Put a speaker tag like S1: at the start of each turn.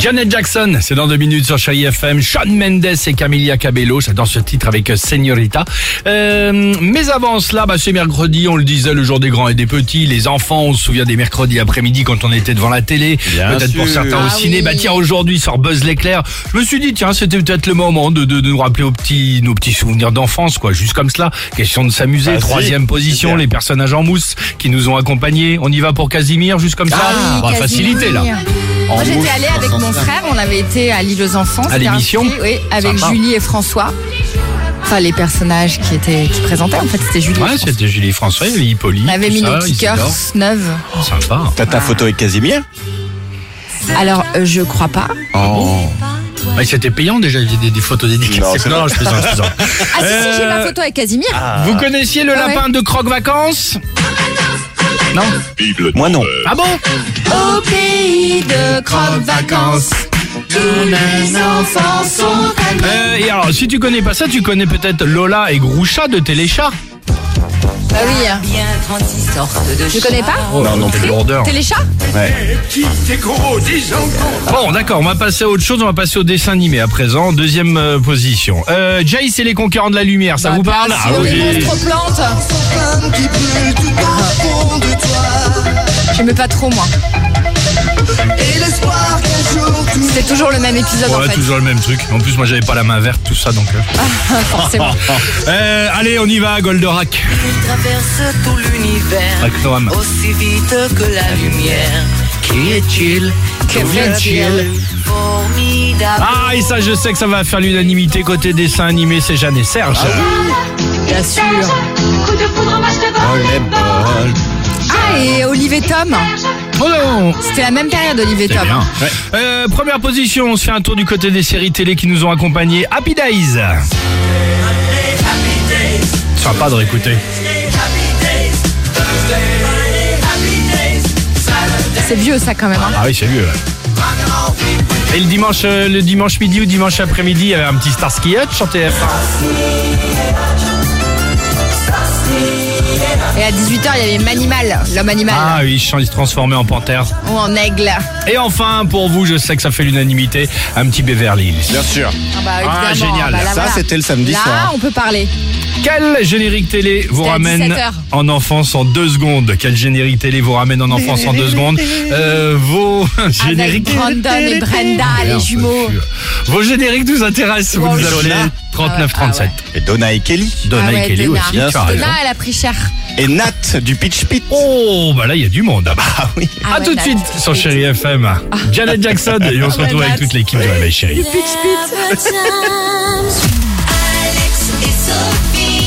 S1: Janet Jackson, c'est dans deux minutes sur Chérie FM. Sean Mendes et Camilla Cabello, c'est dans ce titre avec Señorita. Euh, mais avant cela, bah, c'est mercredi, on le disait, le jour des grands et des petits. Les enfants, on se souvient des mercredis après-midi quand on était devant la télé.
S2: Bien
S1: Peut-être pour
S2: sûr.
S1: certains au
S3: Ah
S1: ciné.
S3: oui.
S1: Bah tiens, aujourd'hui sort Buzz l'éclair. Je me suis dit, tiens, c'était peut-être le moment de, de, de nous rappeler aux petits, nos petits souvenirs d'enfance, quoi. Juste comme cela. Question de s'amuser.
S2: Ah, si.
S1: Troisième position,
S2: Super.
S1: les personnages en mousse qui nous ont accompagnés. On y va pour Casimir, juste comme ça.
S3: Ah,
S1: on va
S3: Casimir.
S1: faciliter, là.
S3: Moi, j'étais allée avec
S2: dans ce
S3: mon
S2: sens-là.
S3: frère, on avait été à l'île aux enfants. c'était un
S1: l'émission
S3: petit- Oui, avec
S1: Sympa.
S3: Julie et François. Enfin, les personnages qui étaient qui présentaient, en fait, c'était Julie et
S1: Ouais,
S3: François.
S1: c'était Julie François, il y avait Hippolyte.
S3: On avait
S1: tout
S3: mis
S1: ça,
S3: nos petits
S1: Isidore. Ah,
S3: cœurs neuves.
S1: Sympa.
S2: T'as ta photo avec Casimir
S3: Alors, euh, je crois pas.
S2: Oh.
S1: Ouais, c'était payant déjà, il y avait des, des photos
S2: Non,
S1: dédicacées.
S2: c'est
S1: Non, je plaisante, je plaisante.
S3: Ah si, si,
S1: Euh.
S3: j'ai ma photo avec Casimir.
S1: Vous connaissiez le
S3: Ah ouais.
S1: lapin de Croque Vacances Non
S2: Moi non.
S1: Ah bon
S3: Au pays de Croque Vacances, tous les enfants sont amis.
S1: Euh, Et alors, si tu connais pas ça, tu connais peut-être Lola et Groucha de Téléchat.
S3: Ah oui, hein.
S4: bien 36 sortes de
S3: je connais pas
S1: non, non, plus lourdeur.
S3: Téléchat
S1: Bon, d'accord, on va passer à autre chose, on va passer au dessin animé à présent. Deuxième euh, position. Euh, Jace et les conquérants de la lumière,
S3: Bah,
S1: ça vous parle Ah
S3: oui.
S1: oui.
S3: Les monstres plantes. J'aimais pas trop, moi. C'était toujours le même épisode, en
S1: Ouais,
S3: fait.
S1: toujours le même truc. En plus, moi, j'avais pas la main verte, tout ça, donc. euh.
S3: Forcément.
S1: Euh, allez, on y va, Goldorak.
S4: Il traverse tout l'univers
S1: Avec Noam.
S4: aussi vite que la lumière. Qui est-il Que fait-il Formidable.
S1: Ah, et ça, je sais que ça va faire l'unanimité côté dessin animé, c'est Jeanne et Serge.
S3: Bien sûr.
S5: Coup de poudre, match de volleyball.
S3: Ah, et Olivier Tom.
S1: Oh non
S3: C'était la même période, Olivier
S1: C'est
S3: Tom.
S1: Eh bien. Euh, première position, on se fait un tour du côté des séries télé qui nous ont accompagnés. Happy Days Sympa de réécouter.
S3: C'est vieux, ça, quand même. hein.
S1: Ah oui, c'est vieux. ouais. Et le dimanche, euh, le dimanche midi ou dimanche après-midi, il y avait un petit Starsky Hutch sur TF1.
S3: Et à 18h, il y avait Manimal, l'homme animal,
S1: Ah oui, il se transformait en panthère.
S3: ou en aigle. Ah,
S1: Et enfin, pour vous, je sais que ça fait l'unanimité, un petit Beverly Hills.
S2: Bien sûr.
S3: Ah, bah,
S1: Ah,
S3: évidemment.
S1: génial.
S3: Bah, là,
S2: Ça,
S3: voilà.
S2: c'était le samedi
S3: Là,
S2: soir.
S3: on peut parler.
S1: Quel générique télé vous
S3: C'était à
S1: ramène
S3: 17 heures.
S1: en enfance en deux secondes Quel générique télé vous ramène en enfance en deux secondes Euh, Vos génériques...
S3: Avec Brandon et Brenda, les jumeaux. Ah
S1: Vos génériques nous intéressent. Vous
S3: Wow,
S1: nous
S3: je suis
S1: appelez
S2: là.
S1: 39 37.
S2: Et Donna et Kelly.
S1: Donna
S3: Ah ouais,
S1: et Kelly
S3: Donna.
S1: aussi. tu as raison.
S3: Donna, elle a pris cher.
S2: Et Nat du Pitch Pit.
S1: Oh, bah là, il y a du monde. Ah bah.
S2: Ah oui.
S3: Ah
S1: à
S3: ouais,
S1: tout de
S3: là,
S1: suite
S3: tout de
S1: sur
S3: suite. Ah. bah
S1: Chéri FM. Janet Jackson et on se retrouve avec toute l'équipe de la Chérie.
S5: Alex et Sophie.